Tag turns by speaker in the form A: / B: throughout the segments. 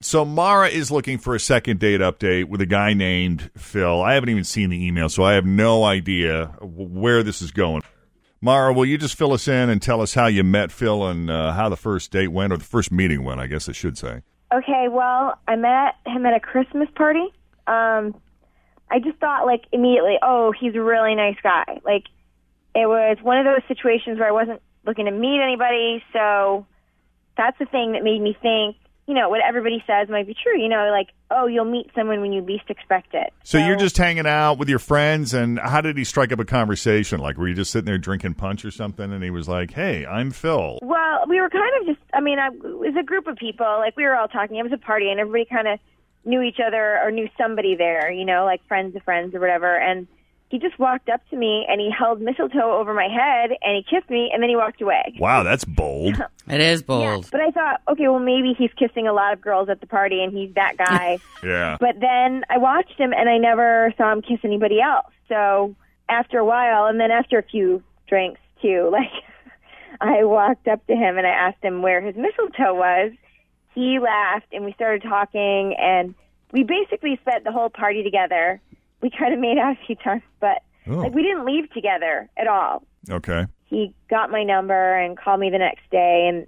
A: So Mara is looking for a second date update with a guy named Phil. I haven't even seen the email, so I have no idea w- where this is going. Mara, will you just fill us in and tell us how you met Phil and uh, how the first date went, or the first meeting went? I guess I should say.
B: Okay, well, I met him at a Christmas party. Um, I just thought, like, immediately, oh, he's a really nice guy. Like, it was one of those situations where I wasn't looking to meet anybody, so that's the thing that made me think, you know, what everybody says might be true. You know, like, oh, you'll meet someone when you least expect it.
A: So you're just hanging out with your friends, and how did he strike up a conversation? Like, were you just sitting there drinking punch or something, and he was like, "Hey, I'm Phil."
B: Well, we were kind of just, I mean, I, it was a group of people. Like, we were all talking. It was a party, and everybody kind of knew each other or knew somebody there, you know, like friends of friends or whatever. And he just walked up to me and he held mistletoe over my head and he kissed me and then he walked away.
A: Wow, that's bold.
C: It is bold.
B: But I thought, okay, well, maybe he's kissing a lot of girls at the party and he's that guy.
A: Yeah.
B: But then I watched him and I never saw him kiss anybody else. So after a while, and then after a few drinks too, like I walked up to him and I asked him where his mistletoe was. He laughed and we started talking and we basically spent the whole party together. We kind of made out a few times, but
A: Oh.
B: like we didn't leave together at all.
A: Okay.
B: He got my number and called me the next day and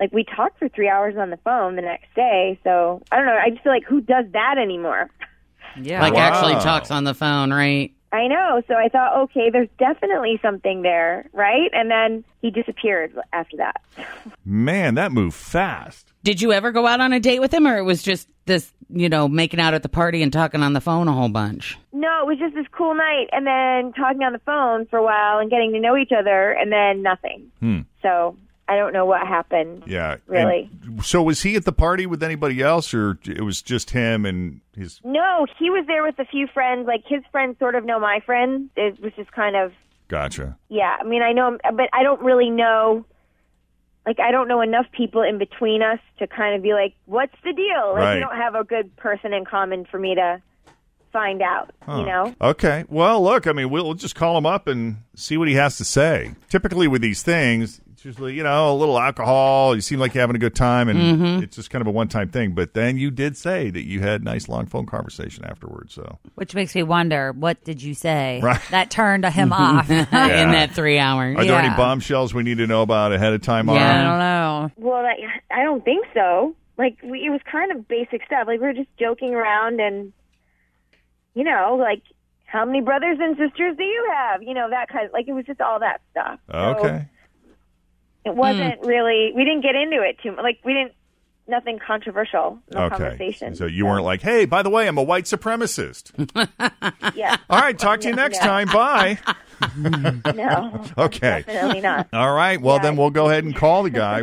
B: like we talked for three hours on the phone the next day. So I don't know. I just feel like who does that anymore?
C: Yeah. Like
A: Wow.
C: actually talks on the phone, right?
B: I know. So I thought, okay, there's definitely something there, right? And then he disappeared after that.
A: Man, that moved fast.
C: Did you ever go out on a date with him, or it was just this, you know, making out at the party and talking on the phone a whole bunch?
B: No, it was just this cool night and then talking on the phone for a while and getting to know each other and then nothing. So I don't know what happened.
A: Yeah. And
B: Really?
A: so was he at the party with anybody else, or it was just him and his?
B: No, he was there with a few friends. Like his friends sort of know my friends. It was just kind of,
A: Gotcha.
B: yeah. I mean, I know, him, but I don't really know. Like I don't know enough people in between us to kind of be like, what's the deal? Like
A: Right.
B: we don't have a good person in common for me to find out. You know?
A: Okay. Well, look, I mean, we'll, we'll just call him up and see what he has to say. Typically, with these things, it's usually, you know, a little alcohol, you seem like you're having a good time, and it's just kind of a one time thing. But then you did say that you had a nice long phone conversation afterwards. So,
D: Which makes me wonder, what did you say
A: Right.
D: that turned him off? I
A: Yeah.
C: In that three hours.
A: are there any
D: Yeah.
A: bombshells we need to know about ahead of time?
C: Yeah,
A: Mara?
D: don't know.
B: Well, I, I don't think so. Like we, it was kind of basic stuff. Like we were just joking around, and you know, like how many brothers and sisters do you have? You know, that kind of like it was just all that stuff. So
A: Okay.
B: it
A: Hmm.
B: wasn't really. We didn't get into it too much. Like we didn't nothing controversial. No
A: Okay.
B: conversation.
A: So you weren't like, hey, by the way, I'm a white supremacist.
B: yeah,
A: All right. Talk to you next time. Bye.
B: no,
A: Okay.
B: definitely not.
A: All right. Well,
B: Yeah.
A: then we'll go ahead and call the guy.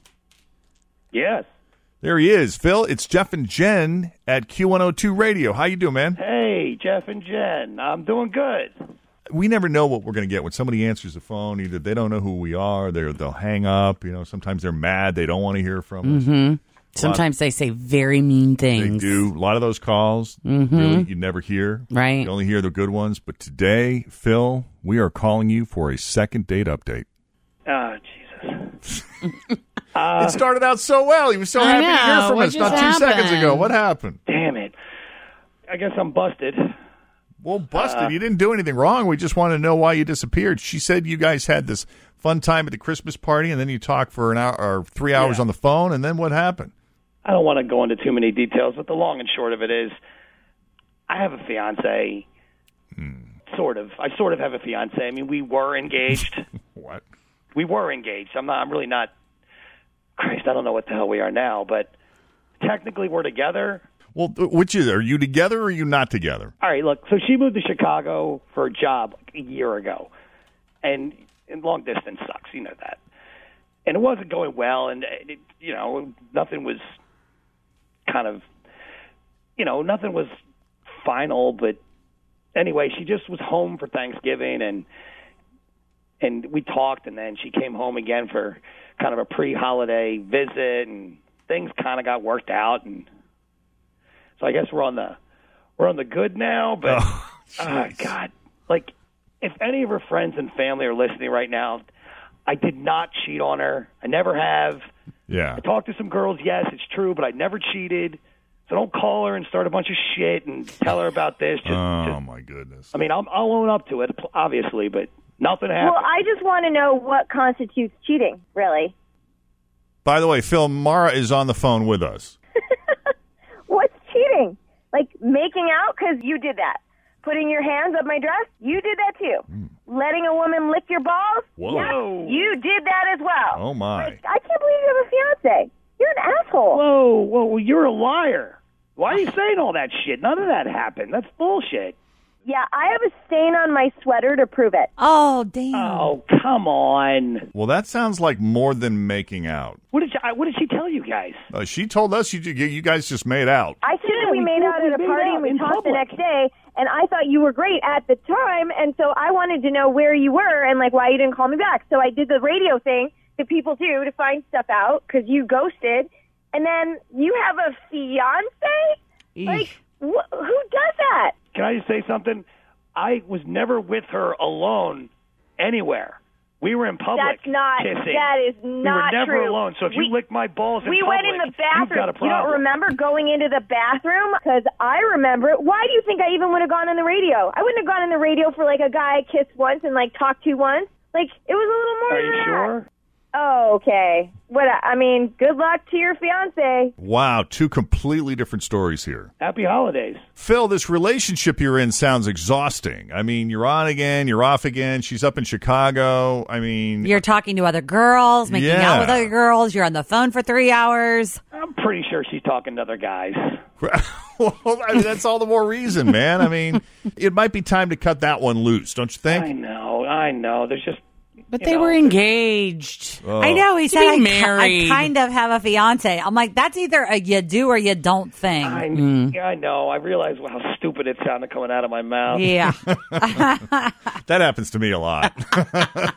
E: Yes.
A: There he is, Phil. It's Jeff and Jen at Q102 Radio. How you doing, man?
E: Hey, Jeff and Jen. I'm doing good.
A: We never know what we're going to get when somebody answers the phone. Either they don't know who we are, they they'll hang up. You know, sometimes they're mad; they don't want to hear from us.
C: Sometimes they say very mean
A: They
C: things. Mm-hmm.
A: do a lot of those calls. Really, you never hear.
C: Right.
A: You only hear the good ones. But today, Phil, we are calling you for a second date update.
E: Oh, Jesus.
A: it started out so well. He was so
C: I
A: happy to hear
C: know.
A: from
C: What
A: us not
C: just
A: two seconds
C: happened?
A: ago. What happened?
E: Damn it. I guess I'm busted.
A: Well, busted. you didn't do anything wrong. We just want to know why you disappeared. She said you guys had this fun time at the Christmas party, and then you talked for an hour or three hours on the phone, and then what happened?
E: I don't want to go into too many details, but the long and short of it is I have a fiance. Sort of. I sort of have a fiance. I mean, we were engaged.
A: What?
E: we were engaged. I'm not. I'm really not. Christ, I don't know what the hell we are now, but technically we're together.
A: Well, th- which is are you together or are you not together?
E: All right, look. So she moved to Chicago for a job like a year ago, and, and long distance sucks. You know that. And it wasn't going well, and it, you know nothing was kind of, you know, nothing was final. But anyway, she just was home for Thanksgiving, and and we talked, and then she came home again for kind of a pre-holiday visit, and things kind of got worked out, and so I guess we're on the we're on the good now. But
A: Oh,
E: Ah, God. Like, if any of her friends and family are listening right now, I did not cheat on her. I never have.
A: Yeah.
E: I talked to some girls, yes, it's true, but I never cheated. So don't call her and start a bunch of shit and tell her about this. Just,
A: Oh
E: just-
A: my goodness.
E: I mean, I'll, I'll own up to it, obviously, but nothing happened.
B: Well, I just want to know what constitutes cheating, really.
A: By the way, Phil Mara is on the phone with us.
B: What's cheating? Like making out because you did that. Putting your hands up my dress, you did that too. Letting a woman lick your balls,
A: Hmm. Whoa.
B: yes, you did that as well.
A: Oh my.
B: I can't believe you have a fiance. You're an asshole.
E: whoa, whoa, well, you're a liar. Why are you saying all that shit? None of that happened. That's bullshit.
B: yeah, I have a stain on my sweater to prove it.
D: Oh, damn.
E: Oh, come on.
A: Well, that sounds like more than making out.
E: What did she, I- what did she tell you guys?
A: Uh, she told us you you guys just made out.
B: I said that we,
E: we
B: made
E: did.
B: out
E: We
B: at a
E: made
B: party
E: out
B: and we
E: in
B: talked the
E: public.
B: next day, and I thought you were great at the time, and so I wanted to know where you were and like why you didn't call me back. So I did the radio thing that people do to find stuff out because you ghosted, and then you have a fiance. Like wh- who does that?
E: can I just say something? I was never with her alone anywhere. We were in public.
B: That's not.
E: kissing.
B: That is not
E: We were never
B: true.
E: alone. So if
B: we,
E: you lick my balls in
B: we
E: public,
B: went in the
E: you've got a
B: bathroom. You
E: problem.
B: don't remember going into the bathroom? Because I remember it. Why do you think I even would have gone on the radio? I wouldn't have gone on the radio for like a guy I kissed once and like talked to once. Like it was a little more.
E: Are
B: than
E: you
B: that.
E: sure?
B: Oh, okay. What? I mean, good luck to your fiance.
A: Wow, two completely different stories here.
E: Happy holidays.
A: Phil, this relationship you're in sounds exhausting. I mean, you're on again, you're off again. She's up in Chicago. I mean,
D: You're talking to other girls, making
A: Yeah.
D: out with other girls. You're on the phone for three hours.
E: I'm pretty sure she's talking to other guys.
A: well, I mean, that's all the more reason, man. I mean, it might be time to cut that one loose, don't you
E: I
A: think?
E: know. I know. There's just
C: But
E: You
C: they
E: know.
C: were engaged.
A: Oh.
D: I know. He
C: To
D: said,
C: be
D: I, ki-
C: married.
D: I kind of have a fiance. I'm like, that's either a you do or you don't thing.
E: I, yeah, I know. I realize how stupid it sounded coming out of my mouth.
D: yeah.
A: That happens to me a lot.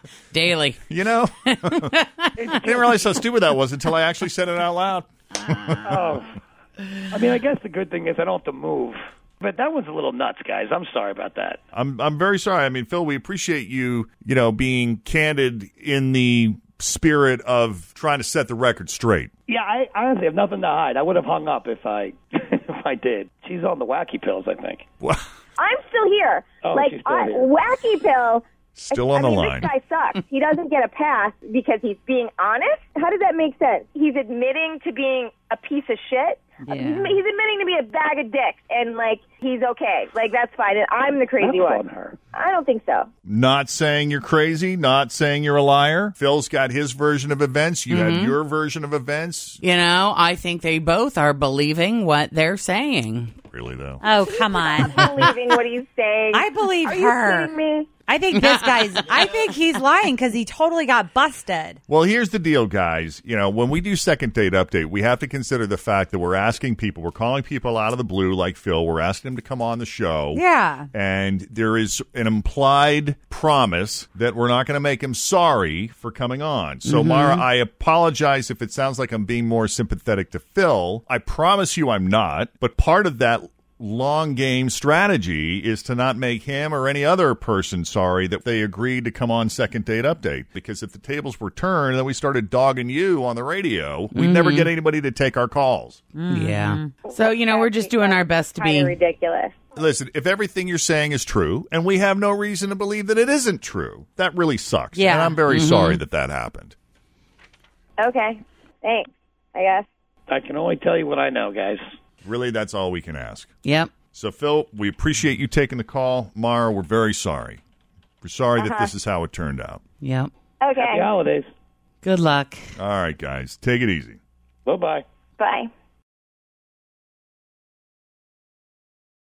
C: Daily.
A: you know, I didn't realize how stupid that was until I actually said it out loud.
E: Oh. I mean, I guess the good thing is I don't have to move. But that one's a little nuts, guys. I'm sorry about that.
A: I'm I'm very sorry. I mean, Phil, we appreciate you, you know, being candid in the spirit of trying to set the record straight.
E: Yeah, I honestly have nothing to hide. I would have hung up if I if I did. She's on the wacky pills, I think.
A: Well,
B: I'm still here.
E: Oh,
B: like
E: she's still
B: I,
E: here.
B: wacky pill.
A: Still on
B: I
A: the
B: mean,
A: line.
B: This guy sucks. He doesn't get a pass because he's being honest. How does that make sense? He's admitting to being a piece of shit. He's, he's admitting to be a bag of dicks, and like he's okay. Like that's fine. And I'm the
E: That's
B: crazy
E: on
B: one.
E: her.
B: I don't think so.
A: Not saying you're crazy, not saying you're a liar. Phil's got his version of events. You
B: Mm-hmm.
A: have your version of events.
C: You know, I think they both are believing what they're saying.
A: Really though.
D: Oh, come on.
B: Believing what he's saying.
D: I believe
B: Are
D: her.
B: you kidding me?
D: I think this guy's, I think he's lying because he totally got busted.
A: Well, here's the deal, guys. You know, when we do second date update, we have to consider the fact that we're asking people, we're calling people out of the blue, like Phil. We're asking them to come on the show.
D: Yeah.
A: And there is an implied promise that we're not going to make him sorry for coming on. So, Mara, I apologize if it sounds like I'm being more sympathetic to Phil. I promise you I'm not. But part of that long game strategy is to not make him or any other person sorry that they agreed to come on second date update because if the tables were turned and then we started dogging you on the radio we'd never get anybody to take our calls
C: Yeah. So, you know, we're just doing our best to
B: Kind of
C: be.
B: ridiculous.
A: Listen, if everything you're saying is true, and we have no reason to believe that it isn't true, that really sucks.
D: Yeah.
A: And I'm very sorry that that happened.
B: Okay. Thanks. I guess.
E: I can only tell you what I know, guys.
A: Really, that's all we can ask.
C: Yep.
A: So, Phil, we appreciate you taking the call. Mara, we're very sorry. We're sorry that this is how it turned out.
C: Yep.
B: Okay.
E: Happy holidays.
C: Good luck.
A: All right, guys, take it easy.
E: Bye bye.
B: Bye.